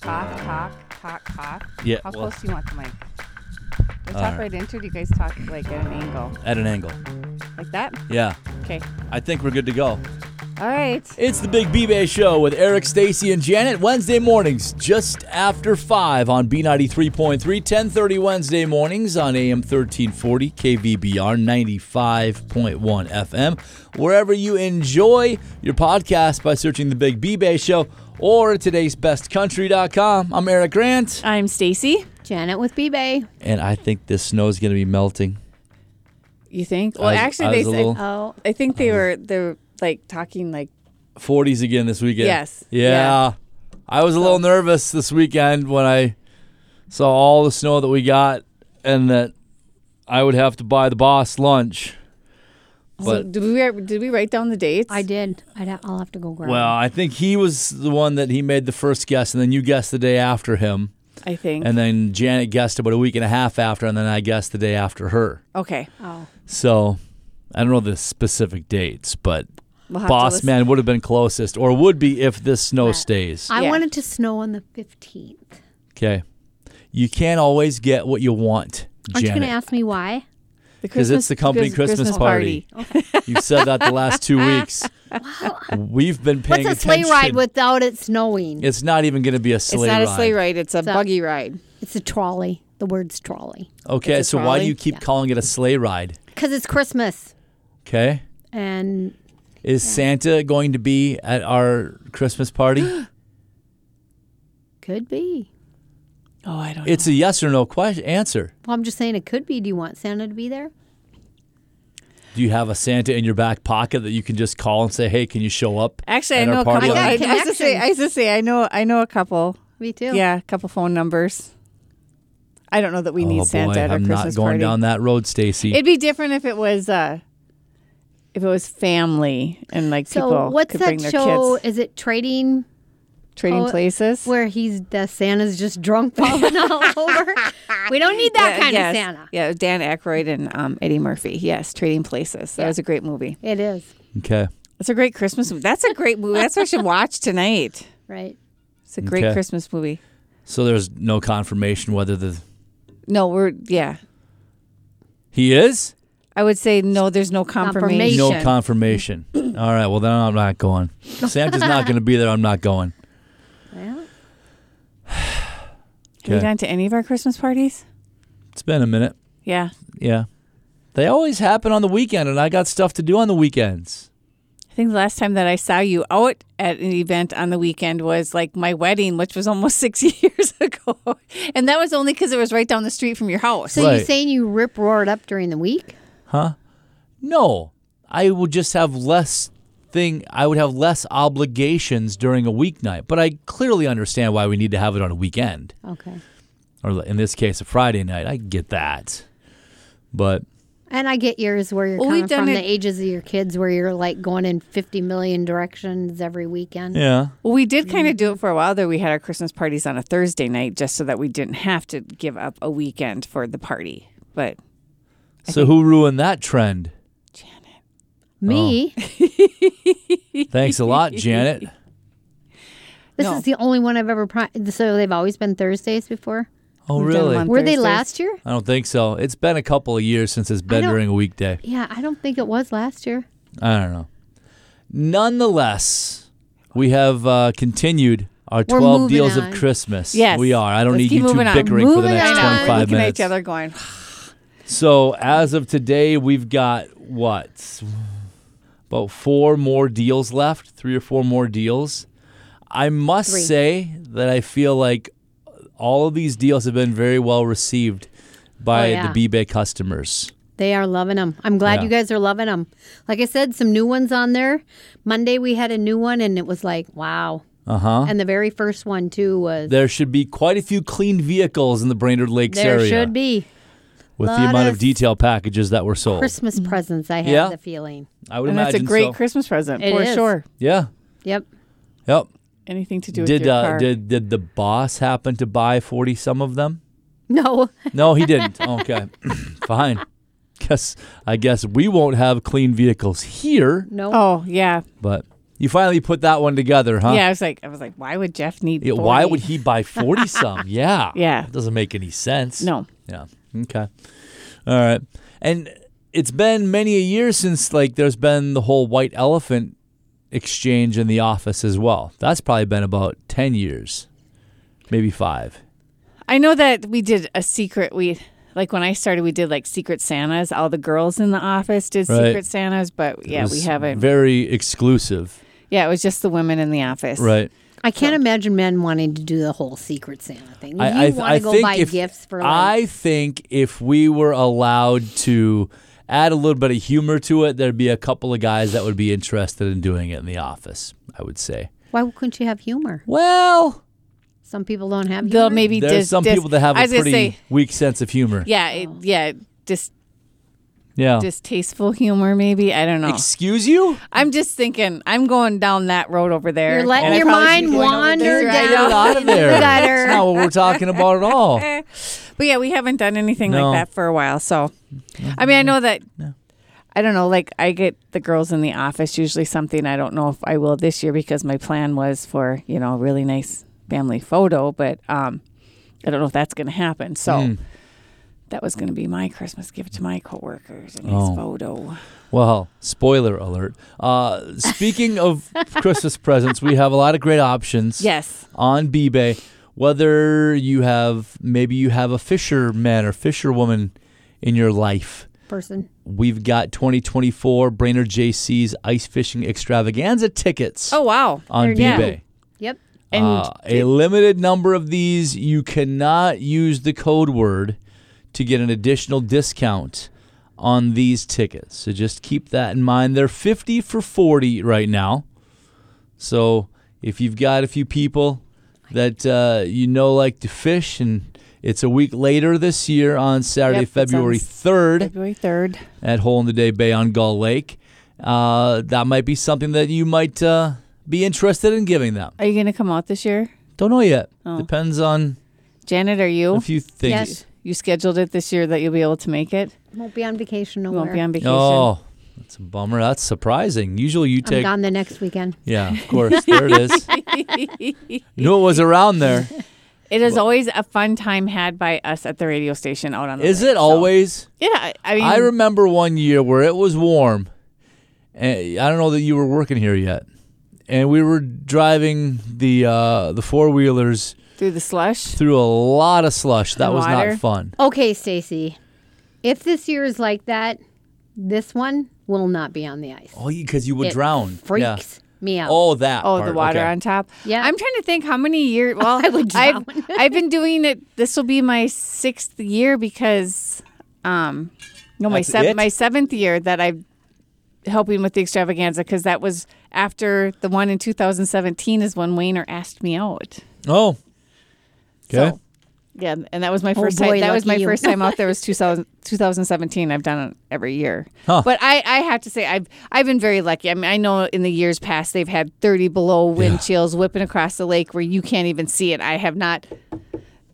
talk, talk, talk? Yeah, How well- Uh, close do you want the mic? Do you All talk right. right. into it? Do you guys talk like at an angle? at an angle. Like that? Yeah, Okay. I think we're good to go. All right. It's the Big B-Bay Show with Eric, Stacy, and Janet Wednesday mornings just after 5 on B93.3, 1030 Wednesday mornings on AM 1340, KVBR 95.1 FM, wherever you enjoy your podcast by searching the Big B-Bay Show or today's bestcountry.com. I'm Eric Grant, I'm Stacy. Janet with B-Bay. and I think this snow is going to be melting. You think? Well, was- actually, I they was a said, little- Oh, I think they were they're like talking like 40s again this weekend. Yes. Yeah. Yeah. I was a little nervous this weekend when I saw all the snow that we got and that I would have to buy the boss lunch. so But did we did we write down the dates? I did. I'd ha- I'll have to go grab. well, I think he was the one that he made the first guess and then you guessed the day after him I think. and then Janet guessed about a week and a half after and then I guessed the day after her. okay. Oh, So, I don't know the specific dates, but We'll have to Boss listen. Man would have been closest or would be if this snow stays. I Yeah. wanted to snow on the fifteenth. Okay. You can't always get what you want, Aren't you going to Janet. ask me why? The 'Cause it's the company Christmas party. You have said that the last two weeks. We've been paying What's a sleigh attention. ride without it snowing? It's not even going to be a sleigh It's not ride. a sleigh ride. It's a a- buggy ride. It's a trolley. The word's trolley Okay, It's a so why do trolley? you keep calling it a sleigh ride? because it's Christmas Okay. and Is Santa going to be at our Christmas party? could be. Oh, I don't. it's a yes or no question answer. Well, I'm just saying it could be. Do you want Santa to be there? Do you have a Santa in your back pocket that you can just call and say, "Hey, can you show up?" Actually, at I know our a party Oh, couple. on-" I, I I, used got to say, I used to say, I know, I know a couple. Me too. Yeah, a couple phone numbers. I don't know that we need oh boy, Santa at our I'm Christmas not going party. down that road, Stacy. It'd be different if it was uh if it was family and like So people what's could that bring their show? kids Is it Trading trading oh, places. where he's the Santa's just drunk falling all over? We don't need that Yeah, kind Uh, yes. of Santa. Yeah, Dan Aykroyd and um, Eddie Murphy. Yes, Trading Places. That was a great movie. It is Okay. It's a great Christmas movie. That's a great movie. That's what I should watch tonight. right. It's a great Okay. Christmas movie. So there's no confirmation whether the No, we're yeah. he is. I would say no. There's no confirmation. Confirmation. No confirmation. All right. Well, then I'm not going. Santa's not going to be there. I'm not going. Well, Have you Okay. gone to any of our Christmas parties? It's been a minute. Yeah, Yeah. They always happen on the weekend, and I got stuff to do on the weekends. I think the last time that I saw you out at an event on the weekend was like my wedding, which was almost six years ago, and that was only because it was right down the street from your house. so Right. you're saying you rip roared up during the week? No, I would just have less thing. I would have less obligations during a weeknight. But I clearly understand why we need to have it on a weekend, Okay. or in this case, a Friday night. I get that. But And I get yours where you're Well, we've coming done from it- the ages of your kids where you're like going in 50 million directions every weekend. yeah, Well, we did kind Mm-hmm. of do it for a while there. We had our Christmas parties on a Thursday night just so that we didn't have to give up a weekend for the party. But so who ruined that trend? Oh. Me, Thanks a lot, Janet. this No. is the only one I've ever. Pri- so they've always been Thursdays before. Oh, We've done really? one. Were they Thursdays. last year? I don't think so. It's been a couple of years since it's been don't- during a weekday. Yeah, I don't think it was last year. I don't know. Nonetheless, we have uh, continued our We're 12 moving deals on. of Christmas. Yes. We are. I don't Let's need keep you two moving on. bickering for the Moving next on. 25 looking at minutes. each other going, So, as of today, we've got what? About four more deals left, three or four more deals. I must Three. say that I feel like all of these deals have been very well received by Oh, yeah. the B-Bay customers. They are loving them. I'm glad Yeah. you guys are loving them. Like I said, some new ones on there. Monday we had a new one, and it was like, wow. Uh huh. And the very first one too was There should be quite a few clean vehicles in the Brainerd Lakes there area should be with the lot amount of of detail packages that were sold. Christmas presents. I have Oh. Yeah. the feeling. I would and imagine that's a great so. Christmas present It for is. sure. yeah. Yep. Yep. Anything to do Did with your uh, car. did did the boss happen to buy 40 some of them? No. No, he didn't. okay. Fine. Guess I guess we won't have clean vehicles here, No. oh yeah, but You finally put that one together, huh? Yeah, I was like, I was like, why would Jeff need? Yeah, why 40? would he buy 40 some? Yeah. Yeah. It doesn't make any sense. No. Yeah. Okay. All right. And it's been many a year since like there's been the whole white elephant exchange in the office as well. That's probably been about 10 years. Maybe 5. I know that we did a secret. We like when I started, we did like secret Santas. All the girls in the office did Right. secret Santas, but It yeah, we was haven't. Very exclusive, yeah, it was just the women in the office. right? I can't imagine men wanting to do the whole Secret Santa thing. I- you I, th- want I to go think buy if, gifts for like, I think if we were allowed to add a little bit of humor to it, there'd be a couple of guys that would be interested in doing it in the office. I would say. why couldn't you have humor? Well, Some people don't have humor. They'll maybe there's dis- some dis- people that have I a was gonna pretty say, weak sense of humor. yeah, it, yeah, dis- Yeah. distasteful humor. Maybe I don't know. Excuse you? I'm just thinking. I'm going down that road over there. You're letting and I your probably mind should be going over wander this route. down Get out of into the there. That's gutter. not what we're talking about at all. But yeah, we haven't done anything No. like that for a while. So, I mean, I know that. I don't know. Like, I get the girls in the office usually something. I don't know if I will this year because my plan was for you know a really nice family photo, but um, I don't know if that's going to happen. So. Hmm. That was going to be my Christmas gift to my coworkers. A nice Oh. photo. Well, spoiler alert. Uh, speaking of Christmas presents, we have a lot of great options. Yes. on B-Bay, whether you have maybe you have a fisherman or fisherwoman in your life. Person. We've got 2024 Brainerd JC's ice fishing extravaganza tickets Oh wow. on there you go. B-Bay. Yep. And Uh, a limited number of these. You cannot use the code word to get an additional discount on these tickets. So just keep that in mind. They're 50 for 40 right now. So if you've got a few people that uh, you know like to fish and it's a week later this year on Saturday, Yep, it's on February s- 3rd February third. at Hole in the Day Bay on Gull Lake. Uh, that might be something that you might uh, be interested in giving them. Are you going to come out this year, Don't know yet. Oh. Depends on Janet? Are you? a few things. Yes. You scheduled it this year that you'll be able to make it. Won't be on vacation You nowhere. won't be on vacation. Oh, that's a bummer. That's surprising. Usually you I'm take. gone the next weekend. Yeah, of course. there it is. Knew it was around there. It is always a fun time had by us at the radio station out on the Is lake, it so- always? Yeah, I- I mean, I remember one year where it was warm. And I don't know that you were working here yet. And we were driving the uh, the four wheelers through the slush. through a lot of slush. That And was water. not fun. Okay, Stacy. If this year is like that, this one will not be on the ice. Oh, because you would It drown. Yeah. Freaks me out. Oh, that. Oh, the part. water Okay. on top. Yeah. I'm trying to think how many years. Well, I would I've, drown. I've been doing it. This will be my sixth year because, um, no, my That's it? seventh my seventh year that I've helping with the extravaganza because that was after the one in 2017 is when Wayner asked me out. Oh. Okay. So, yeah, and that was my Oh, first boy, time. That was lucky my you. first time out there was 2000, 2017. I've done it every year. Huh. But I, I have to say I've I've been very lucky. I mean, I know in the years past they've had 30 below wind chills whipping across the lake where you can't even see it. I have not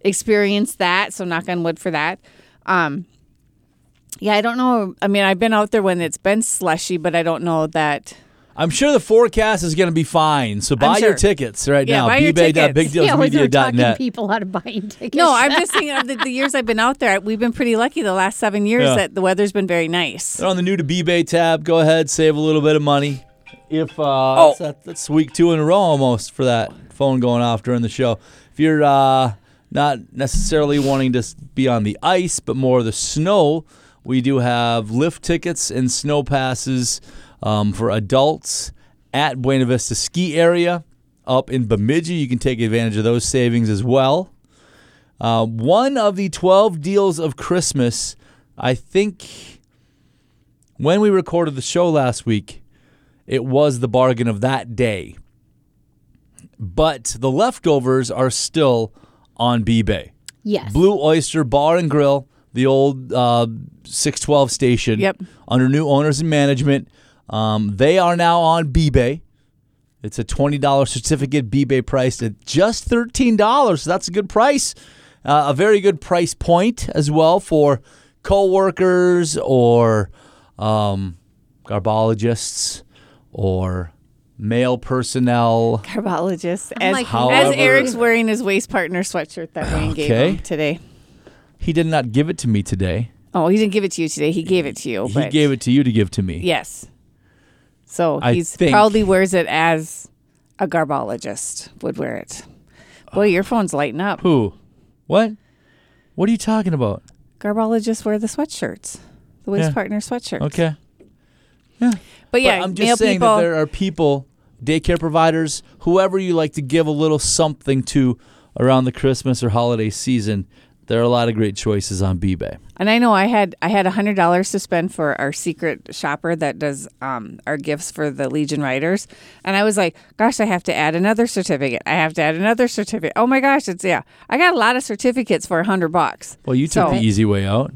experienced that, so knock on wood for that. Um yeah, I don't know. I mean, I've been out there when it's been slushy, but I don't know that. I'm sure the forecast is going to be fine. So buy I'm your sure. tickets right Yeah, now. buy your tickets. yeah, always are talking bbay.bigdealsmedia.net. people out of buying tickets. No, I'm just thinking of the, the years I've been out there. We've been pretty lucky the last seven years Yeah. that the weather's been very nice. They're on the new to bbay tab. Go ahead, save a little bit of money. If uh, that's, that's week two in a row almost for that phone going off during the show. If you're uh, not necessarily wanting to s- be on the ice, but more the snow, we do have lift tickets and snow passes um, for adults at Buena Vista Ski Area up in Bemidji. You can take advantage of those savings as well. Uh, one of the 12 deals of Christmas, I think when we recorded the show last week, it was the bargain of that day. But the leftovers are still on B-Bay. yes. Blue Oyster Bar and Grill, the old uh, 612 station, Yep. under new owners and management. Um, they are now on B-Bay. It's a $20 certificate, B-Bay priced at just $13. So that's a good price. Uh, a very good price point as well for coworkers or um, garbologists or male personnel. Carbologist. I'm As, like, However- as Eric's wearing his waist partner sweatshirt that Wayne gave Okay. him today. He did not give it to me today. Oh, he didn't give it to you today. He gave it to you. He but- gave it to you to give to me. Yes. So I he's think- proudly wears it as a garbologist would wear it. Boy, your phone's lighting up. Who? What? What are you talking about? Garbologists wear the sweatshirts, the waist Yeah. partner sweatshirt. Okay. But yeah, but I'm male just saying people. that there are people, daycare providers, whoever you like to give a little something to around the Christmas or holiday season. There are a lot of great choices on eBay. And I know I had I had hundred dollars to spend for our secret shopper that does um, our gifts for the Legion Riders, and I was like, "Gosh, I have to add another certificate. I have to add another certificate. Oh my gosh, it's yeah. I got a lot of certificates for hundred bucks. Well, you took So- the easy way out.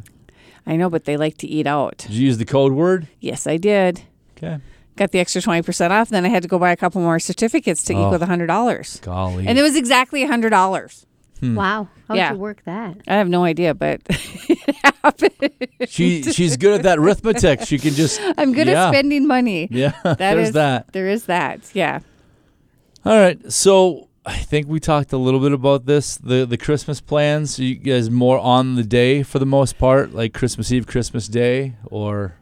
I know, but they like to eat out. Did you use the code word? Yes, I did. Okay. Got the extra twenty percent off. Then I had to go buy a couple more certificates to Oh. equal the hundred dollars, Golly. and it was exactly hundred dollars. Wow. How'd Yeah. you work that? I have no idea, but it happened. she she's good at that arithmetic. She can just I'm good yeah. at spending money. Yeah. That There's is- that. There is that. Yeah. All right. So I think we talked a little bit about this. The the Christmas plans. You guys more on the day for the most part, like Christmas Eve, Christmas Day, or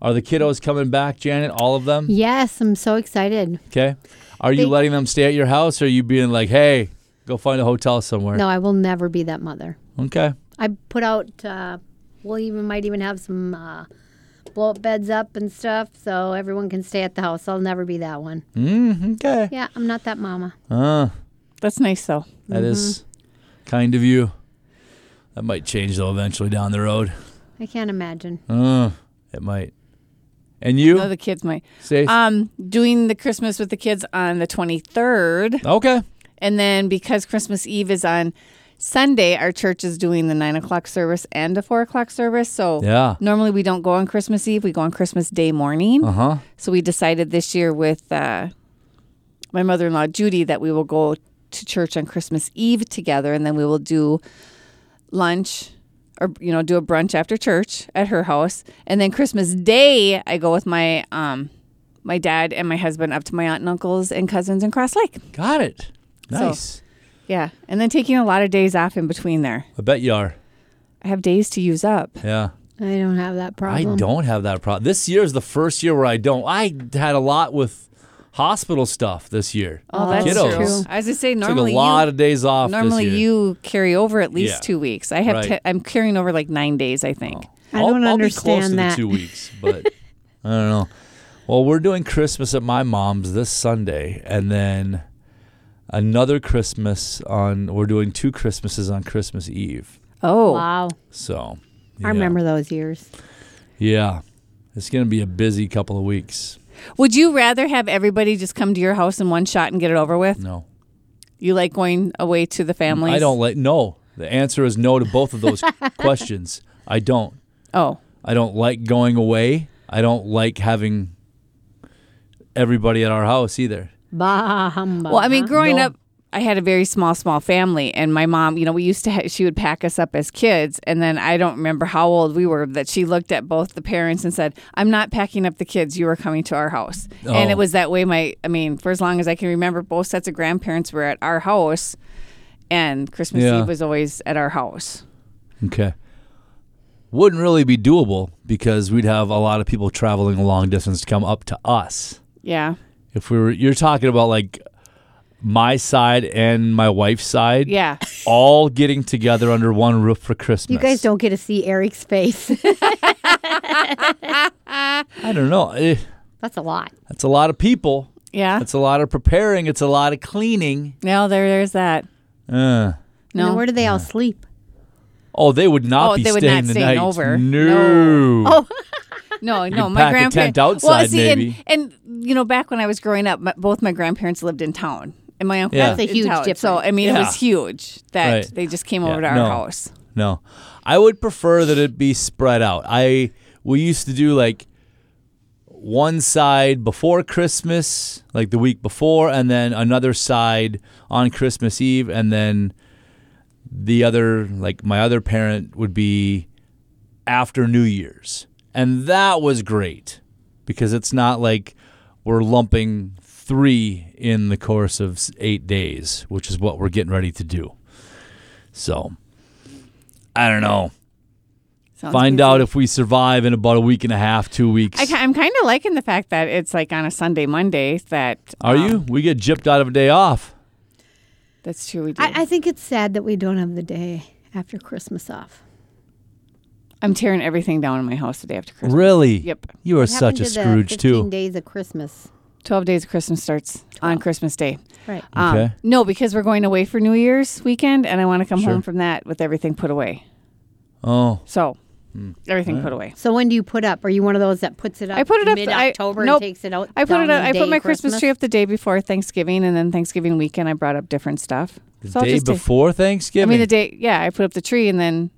are the kiddos coming back, Janet? All of them? Yes, I'm so excited. Okay. Are you They- letting them stay at your house or are you being like, hey, go find a hotel somewhere? No, I will never be that mother. Okay. I put out. Uh, we'll even might even have some uh, blow up beds up and stuff, so everyone can stay at the house. I'll never be that one. Mm, okay. Yeah, I'm not that mama. Ah, That's nice though. that is Mm-hmm. kind of you. That might change though eventually down the road. I can't imagine. Uh, it might. And you, No, the kids might. Stace? Um, doing the Christmas with the kids on the 23rd, Uh, okay. and then because Christmas Eve is on Sunday, our church is doing the nine o'clock service and a four o'clock service. So Yeah. normally we don't go on Christmas Eve; we go on Christmas Day morning. Uh huh. So we decided this year with uh, my mother in law, Judy, that we will go to church on Christmas Eve together and then we will do lunch or, you know, do a brunch after church at her house. And then Christmas Day, I go with my, um, my dad and my husband up to my aunt and uncles and cousins in Cross Lake. Got it. So- Nice. Yeah. And then taking a lot of days off in between there. I bet you are. I have days to use up. Yeah. I don't have that problem. I don't have that problem. This year is the first year where I don't. I had a lot with hospital stuff this year. Oh, Oh, that's Kiddos. true. As I say, Took a normally you lot of days off. this Normally, year. you carry over at least Yeah. two weeks. I have Right. Oh. i I'm carrying over like nine days, I think. I I'll- don't I'll be close understand To that. the two weeks, but I don't know. Well, we're doing Christmas at my mom's this Sunday, and then another Christmas on. We're doing two Christmases on Christmas Eve. Oh, Wow, So I yeah. remember those years. Yeah, it's going to be a busy couple of weeks. would you rather have everybody just come to your house in one shot and get it over with? No, You like going away to the families? I don't like. No, the answer is no to both of those questions. I don't. Oh, I don't like going away. I don't like having everybody at our house either. Bah humbug. well, I mean, huh? growing No. up, I had a very small, small family, and my mom, you know, we used to. Ha- she would pack us up as kids, and then I don't remember how old we were that she looked at both the parents and said, "I'm not packing up the kids. You are coming to our house." And Oh. it was that way. My, I mean, for as long as I can remember, both sets of grandparents were at our house, and Christmas Yeah. Eve was always at our house. Okay. Wouldn't really be doable because we'd have a lot of people traveling a long distance to come up to us. Yeah, If we were, you're talking about like my side and my wife's side, yeah. all getting together under one roof for Christmas. you guys don't get to see Eric's face. I don't know. Eh, That's a lot. That's a lot of people. Yeah. That's a lot of preparing. It's a lot of cleaning. Now there, there's that. Uh. No, No. where do they all sleep? Oh, they would not Oh, be they would staying not the stay night. over. No. Oh. No, no, could my pack a grandparents. tent outside, well, see, maybe. And, and you know, back when I was growing up, my, both my grandparents lived in town, and my uncle Yeah. lived That's a in huge town. difference. So I mean, it Yeah. was huge that Right. they just came Yeah, over to our no. house. No, I would prefer that it be spread out. I we used to do like one side before Christmas, like the week before, and then another side on Christmas Eve, and then the other, like my other parent, would be after New Year's, and that was great because it's not like we're lumping three in the course of s- eight days, which is what we're getting ready to do. So, I don't know. Sounds Find busy. out if we survive in about a week and a half, two weeks. I, ki- I'm kind of liking the fact that it's like on a Sunday, Monday. That Are um, you? We get gypped out of a day off. uh, That's true. We do. I, I think it's sad that we don't have the day after Christmas off. I'm tearing everything down in my house the day after Christmas. Really? Yep. You are What happened such a to the Scrooge 15 too. Days of Christmas, 12 days of Christmas starts on Christmas Day. right? Um, Okay. No, because we're going away for New Year's weekend and I want to come Sure. home from that with everything put away. Oh, So everything put away. So when do you put up? Are you one of those that puts it up? I put it up. mid I- October nope. and takes it out. I put down it the up, I day put my of Christmas tree up the day before Thanksgiving and then Thanksgiving weekend I brought up different stuff. the So I'll day just take- before I Thanksgiving. mean the day yeah, I put up the tree and then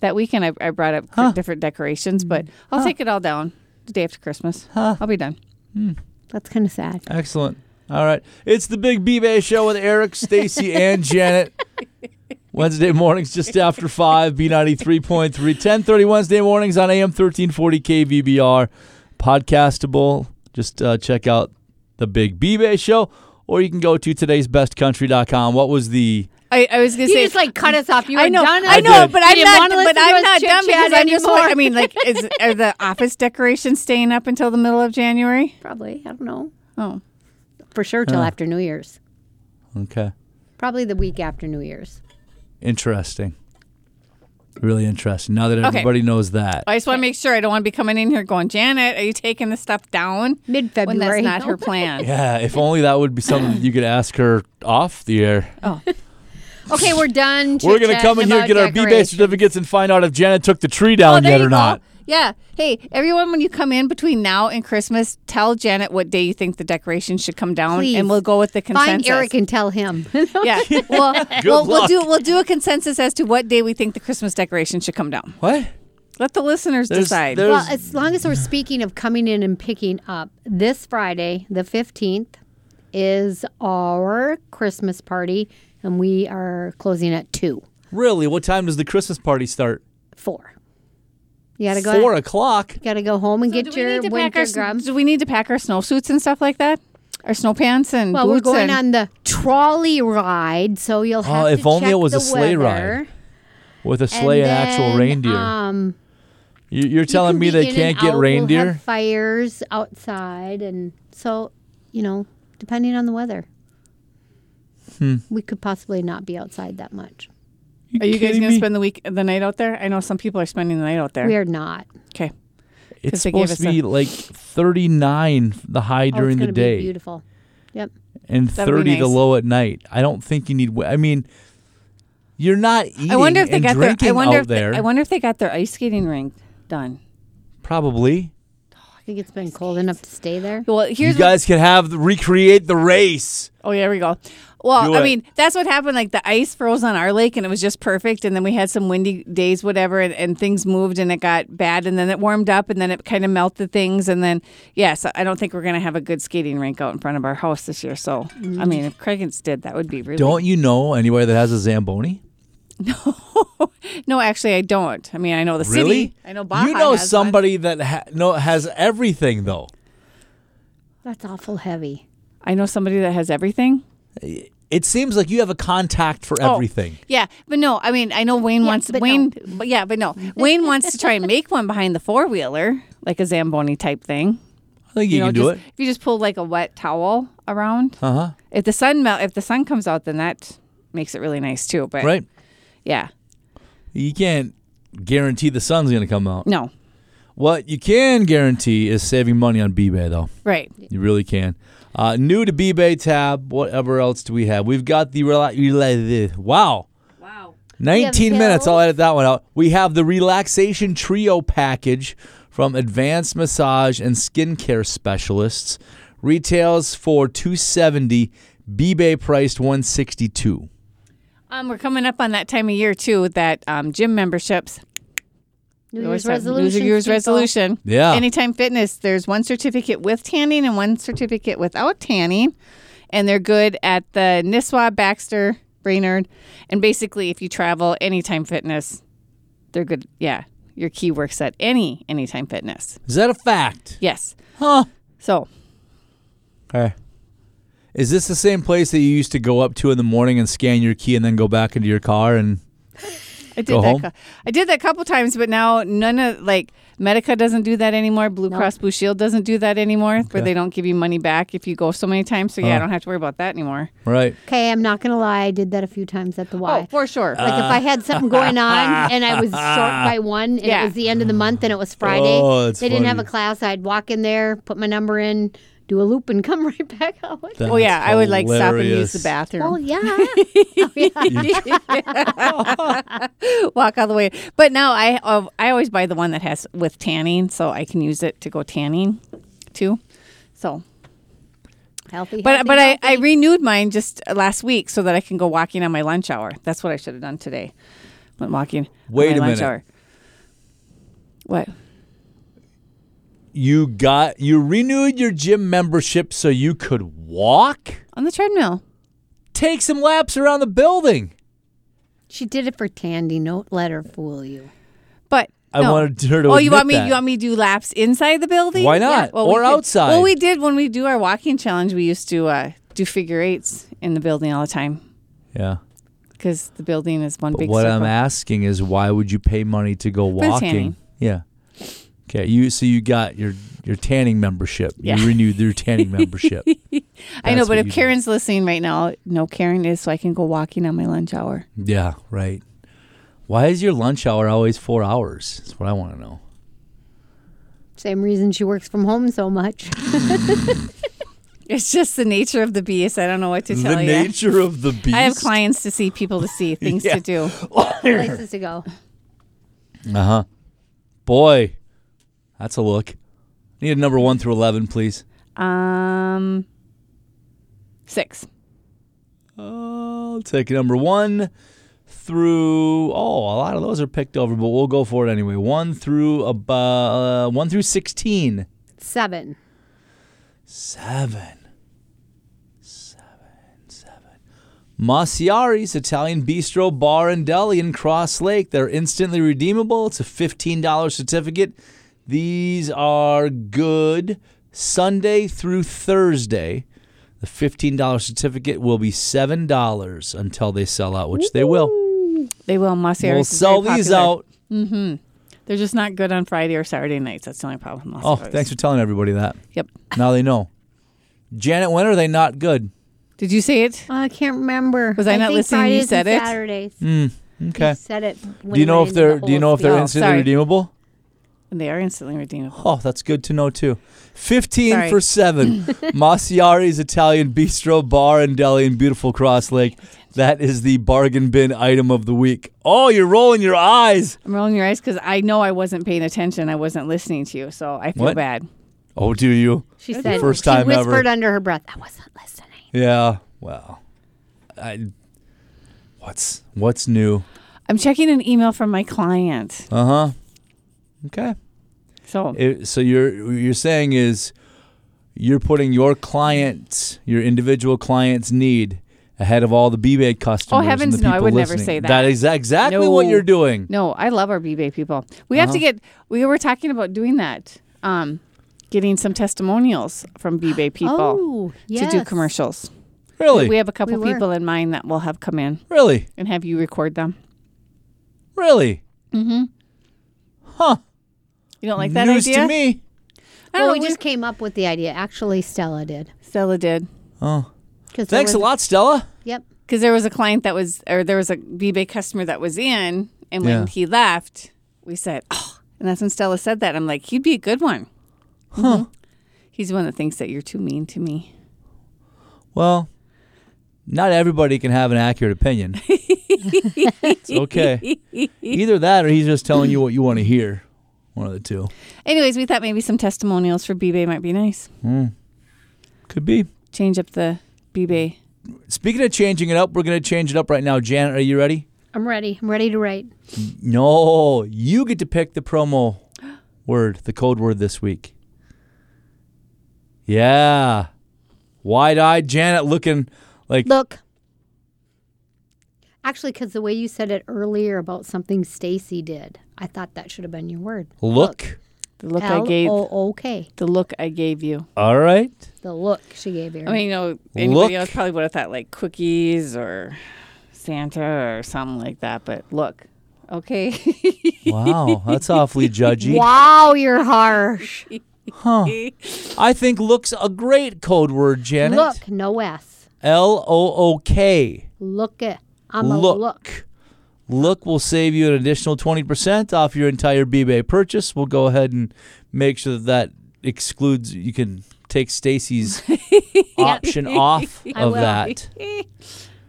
that weekend I, I brought up cr- different decorations, but I'll take it all down the day after Christmas. I'll be done. That's kind of sad. Excellent. All right. It's the Big B-Bay Show with Eric, Stacy, and Janet. Wednesday mornings just after 5, B93.3, 1030 Wednesday mornings on AM 1340 KVBR. Podcastable. Just uh, check out the Big B-Bay Show, or you can go to today'sbestcountry.com. What was the... I, I was gonna You say just like cut us off. You were I know, done. I I know, did. but You I'm didn't not, wanna but listen to I'm us not done chit-chat because I'm just. anymore. I mean, like, is are the office decorations staying up until the middle of January? Probably. I don't know. Oh, For sure till after New Year's. Okay. Probably the week after New Year's. Interesting. Really interesting. Now that everybody knows that. I just want to make sure I don't want to be coming in here going, Janet, are you taking the stuff down? Mid When that's February. not her plan. Yeah, if only that would be something you could ask her off the air. Okay, we're done. We're going to chit-chatting come in here, about get our B-Bay decorations. certificates, and find out if Janet took the tree Oh, down there yet you or go. not. Yeah. Hey, everyone, when you come in between now and Christmas, tell Janet what day you think the decorations should come down, Please. and we'll go with the Find consensus. Eric and tell him. yeah. Well, we'll, we'll luck. do we'll do a consensus as to what day we think the Christmas decorations should come down. What? Let the listeners There's- decide. there's- well, as long as we're speaking of coming in and picking up, this Friday, the 15th, is our Christmas party, and we are closing at 2, Really? What time does the Christmas party start? 4. You got to go. Four o'clock. Got to go home and So get do we your need to pack winter our, grub. Do we need to pack our snowsuits and stuff like that? Our snow pants and Well, boots we're and- going on the trolley ride, so you'll have to Uh, if only check it was the a sleigh ride. weather. With a sleigh and, actual then, reindeer. Um, You- You're you telling can me be they in can't and get out. We'll reindeer? have fires outside, and so you know, depending on the weather, Hmm. we could possibly not be outside that much. Are you guys kidding going to me? spend the week, the night out there? I know some people are spending the night out there. We are not. Oh, okay. It's 'Cause they gave supposed to us a- be like 39 the high Oh, during it's the gonna day. be beautiful. Yep. and That'd be 30 to nice. low at night. I don't think you need. wa- I mean, you're not eating. I wonder if they and got their. drinking I wonder out if they, there. I wonder if they got their ice skating rink done. Probably. I think it's been cold enough to stay there. Well, here's you guys could have the, recreate the race. what, oh yeah, here we go. Well, Do I it. mean that's what happened. Like the ice froze on our lake and it was just perfect. And then we had some windy days, whatever, and, and things moved and it got bad. And then it warmed up and then it kind of melted things. And then yeah, so I don't think we're gonna have a good skating rink out in front of our house this year. So I mean, if Craigens did, that would be really Don't you know anywhere that has a Zamboni? No, actually, I don't. I mean, I know the Really? city. I know Baja. You know has one. somebody that ha- no has everything though. That's awful heavy. I know somebody that has everything. It seems like you have a contact for Oh, everything. yeah, but no. I mean, I know Wayne wants but Wayne. But yeah, but no. Wayne wants to try and make one behind the four wheeler, like a zamboni type thing. I think you, know, can do just, If you just pull like a wet towel around. it. Uh huh. If the sun melt, if the sun comes out, then that makes it really nice too. But Right. yeah, You can't guarantee the sun's going to come out. no, What you can guarantee is saving money on B-Bay though. right. You really can. Uh, new to B-Bay tab. Whatever else do we have? We've got the rela- rela- wow. Wow. 19 We have minutes. pills. I'll edit that one out. We have the relaxation trio package from advanced massage and skincare specialists. Retails for 270, B-Bay priced 162. Um, we're coming up on that time of year too. That um, gym memberships. We New Year's always have resolution. New Year's resolution. Yeah. Anytime Fitness, there's one certificate with tanning and one certificate without tanning. And they're good at the Nisswa, Baxter, Brainerd. And basically, if you travel Anytime Fitness, they're good. Yeah. Your key works at any Anytime Fitness. Is that a fact? Yes. Huh. So Hey. Is this the same place that you used to go up to in the morning and scan your key and then go back into your car and I did Go that. home? cou- I did that a couple times, but now none of like Medica doesn't do that anymore. Blue No. Cross Blue Shield doesn't do that anymore, where they don't give you money back if you go so many times. So yeah, Huh. I don't have to worry about that anymore. right? Okay, I'm not gonna lie, I did that a few times at the Y. Oh, for sure. like if I had something going on and I was short by one and Yeah. it was the end of the month and it was Friday, Oh, they that's didn't have a funny. class, I'd walk in there, put my number in, do a loop and come right back out. oh yeah, I would like stop and use the bathroom. Oh yeah. Oh, yeah. walk all the way. But now I uh, I always buy the one that has with tanning, so I can use it to go tanning too. So, Healthy. but healthy, but I, healthy. I renewed mine just last week so that I can go walking on my lunch hour. That's what I should have done today. Went walking. on Wait my a lunch minute. Hour. What? You got you renewed your gym membership so you could walk, On the treadmill. take some laps around the building. she did it for Tandy. Don't let her fool you. But I no. wanted her to Oh, you admit want me? that. You want me to do laps inside the building? Why not? we Or did- outside. Well, we did when we do our walking challenge. We used to uh, do figure eights in the building all the time. Yeah. because the building is one But big what circle. I'm asking is why would you pay money to go the walking? tanning. Yeah. Okay, you so you got your your tanning membership. Yeah. You renewed your tanning membership. I know, That's but what if you do. Karen's listening right now, no, Karen is, so I can go walking on my lunch hour. Yeah, right. Why is your lunch hour always four hours? That's what I want to know. Same reason she works from home so much. It's just the nature of the beast. I don't know what to tell you. of the beast. I have clients to see, people to see, things Yeah. to do. Places to go. Uh huh. Boy, that's a look. Need a number one through eleven, please. Um, six. Uh, I'll take number one through. Oh, a lot of those are picked over, but we'll go for it anyway. One through about uh, one through sixteen. Seven. Seven. Seven. Seven. Masiari's Italian Bistro Bar and Deli in Cross Lake. They're instantly redeemable. It's a $15 certificate. These are good Sunday through Thursday. The $15 certificate will be $7 until they sell out, which they will. They will. Mossy We'll Iris is very sell these popular. out. They're just not good on Friday or Saturday nights. That's the only problem. Mossy Oh, Iris. thanks for telling everybody that. Yep. Now they know. Janet, when are they not good? Did you say it? I can't remember. Was I not think listening? You Fridays said and it? Saturdays. Hmm, Okay. You said it. when Do you we know went if into they're the Do you know whole if they're Oh, instantly sorry. redeemable? And they are instantly redeemable. Oh, that's good to know too. Fifteen Sorry. for seven. Masiari's Italian Bistro Bar and Deli in beautiful Cross Lake. That is the bargain bin item of the week. Oh, you're rolling your eyes. I'm rolling your eyes because I know I wasn't paying attention. I wasn't listening to you, so I feel What? bad. Oh, do you? She said First she time ever. whispered under her breath. I wasn't listening. Yeah. Well, I. What's What's new? I'm checking an email from my client. Uh huh. Okay. So It, so you're what you're saying is you're putting your clients, your individual clients' need ahead of all the BBA customers. and the Oh, heavens no, I people would never listening. say that. That is exactly what No. you're doing. no, I love our B-Bay people. We have to Uh-huh. get. We were talking about doing that. Um, getting some testimonials from B-Bay people Oh, to do yes. commercials. Really, We have a couple We were. people in mind that we'll have come in really, and have you record them. really. You don't like that News idea? to me. I don't well, know. we Just just came up with the idea. Actually, Stella did. Stella did 'Cause there Thanks a was- lot, Stella. Yep. because there was a client that was, or there was a B-Bay customer that was in, and when Yeah. he left, we said, "Oh," and that's when Stella said that. I'm like, he'd be a good one. Mhm. He's the one that thinks that you're too mean to me. Well, not everybody can have an accurate opinion. it's okay. Either that, or he's just telling you what you want to hear. One of the two. Anyways, we thought maybe some testimonials for B-Bay might be nice. Could be. Change up the B-Bay. Speaking of changing it up, we're going to change it up right now. Janet, are you ready? I'm ready. I'm ready to write. No, you get to pick the promo word, the code word this week. Yeah. Wide eyed Janet looking like Look. Actually, because the way you said it earlier about something Stacy did, I thought that should have been your word. look. The look I L gave. O O K. The look I gave you. All right. The look she gave Aaron. I mean, you know, anybody Look. else probably would have thought like cookies or Santa or something like that. But look, okay, Wow, that's awfully judgy. wow, you're harsh. I think looks a great code word, Janet. Look, no S. L O O K. Look it. I'm a look. Look. Look will save you an additional 20% off your entire B-Bay purchase. We'll go ahead and make sure that that excludes, you can take Stacy's option off I of will. that.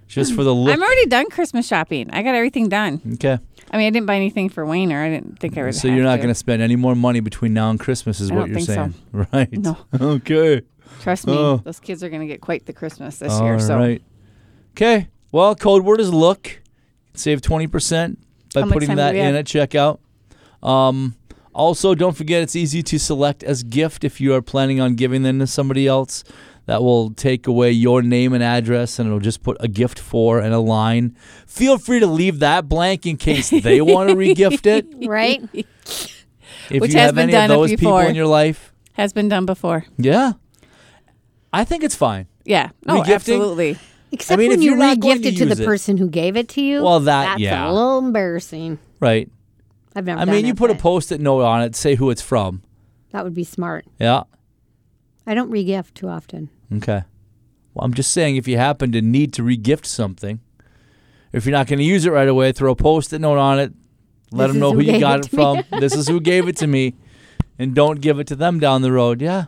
Just for the look. I'm already done Christmas shopping. I got everything done. okay. I mean, I didn't buy anything for Wayner. I didn't think I would. So you're not going going to spend any more money between now and Christmas, is I what don't you're think so. saying. Right. No. Okay. trust me. Oh. Those kids are going to get quite the Christmas this All year. So right. Okay. Well, code word is look. Save 20% by How much putting time do that we in have? at checkout. Um, also, don't forget it's easy to select as gift if you are planning on giving them to somebody else. That will take away your name and address, and it'll just put a gift for and a line. Feel free to leave that blank in case they want to regift it. Right? If Which you has have been any done of those people before. in your life, has been done before. yeah, I think it's fine. Yeah. No, Regifting? absolutely. Except mean, when if you you're not going re-gift to it to use the it. person who gave it to you. Well, that- that's yeah. a little embarrassing. Right? I've never. I done mean, you it, put a but post-it note on it, say who it's from. That would be smart. Yeah. I don't re-gift too often. Okay. Well, I'm just saying if you happen to need to regift something, if you're not going to use it right away, throw a post-it note on it. Let This them is know who who you gave got it it, to me. from. this is who gave it to me, and don't give it to them down the road. Yeah.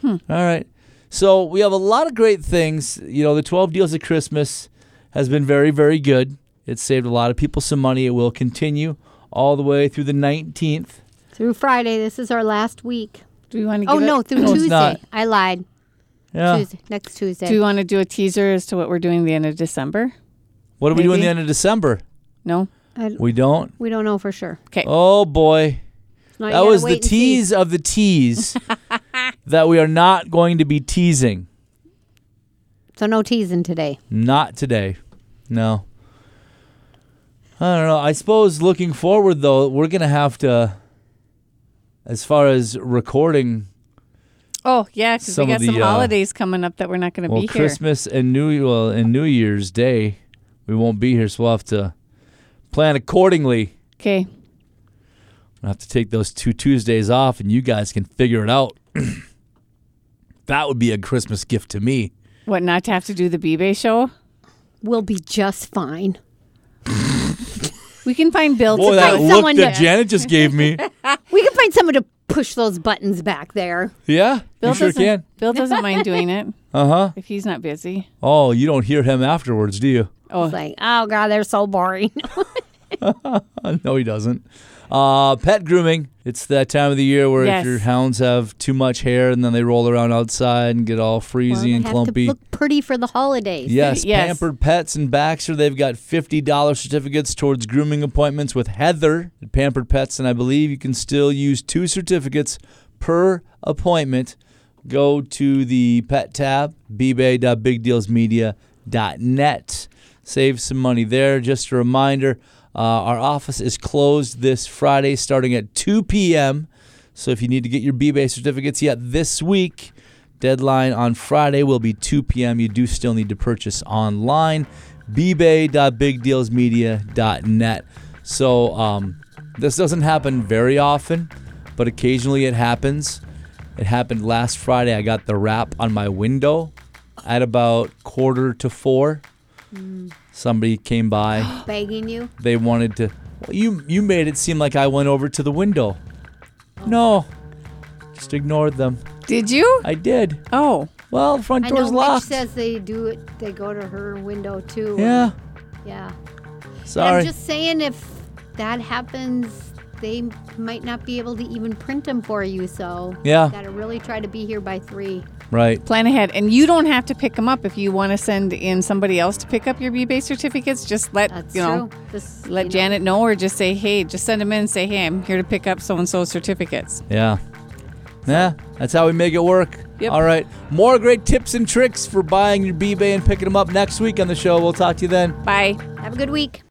Hmm. All right. So we have a lot of great things. You know, the 12 deals at Christmas has been very, very good. It saved a lot of people some money. It will continue all the way through the 19th. Through Friday, this is our last week. Do we want to? Oh no, through No, it's Tuesday. not. I lied. Yeah. Tuesday, next Tuesday. Do we want to do a teaser as to what we're doing the end of December? What do we do in the Maybe. end of December? No. I- We don't. we don't know for sure. Okay. Oh boy. Now you That gotta was the wait and see. tease of the tease that we are not going to be teasing. So no teasing today. Not today. No. I don't know. I suppose looking forward, though, we're going to have to, as far as recording, Oh yeah, because we Some of got some the, uh, holidays coming up that we're not going to well, be here. Christmas and New well, and New Year's Day, we won't be here, so we'll have to plan accordingly. Okay. We'll have to take those two Tuesdays off, and you guys can figure it out. that would be a Christmas gift to me. What not to have to do the B-Bay show? We'll be just fine. We can find Bill Boy, to that find look someone that to- Janet just gave me. We can find someone to push those buttons back there. Yeah, Bill you sure doesn't, can. Bill doesn't mind doing it Uh huh. if he's not busy. Oh, you don't hear him afterwards, do you? Oh, It's like, oh god, they're so boring. Uh, no, he doesn't. Uh, pet grooming. It's that time of the year where if Yes. your hounds have too much hair and then they roll around outside and get all Well, freezy they and have clumpy. to look pretty for the holidays. Yes, Yes. Pampered Pets and Baxter, they've got $50 certificates towards grooming appointments with Heather at Pampered Pets, and I believe you can still use two certificates per appointment. Go to the pet tab, bbay.bigdealsmedia.net. Save some money there. Just a reminder, uh, our office is closed this Friday starting at 2 p.m. So if you need to get your B-Bay certificates yet this week, deadline on Friday will be 2 p.m. You do still need to purchase online, bbay.bigdealsmedia.net. So um, this doesn't happen very often, but occasionally it happens. It happened last Friday. I got the wrap on my window at about quarter to four. Somebody came by Begging you. they wanted to well, you you made it seem like I went over to the window. No. Just ignored them. did you? I did. Oh, Well, the front I know door's Mitch locked. says they do it. They go to her window too. yeah. Yeah. Sorry. I'm just saying, if that happens, they might not be able to even print them for you. So Yeah. gotta really try to be here by three. right. plan ahead, and you don't have to pick them up if you want to send in somebody else to pick up your B-Bay certificates. Just let That's you know. true. This, Let you know, Janet know, or just say, "Hey, just send them in." And say, "Hey, I'm here to pick up so and so certificates." Yeah. Yeah, that's how we make it work. Yep. All right. More great tips and tricks for buying your B-Bay and picking them up next week on the show. We'll talk to you then. Bye. Have a good week.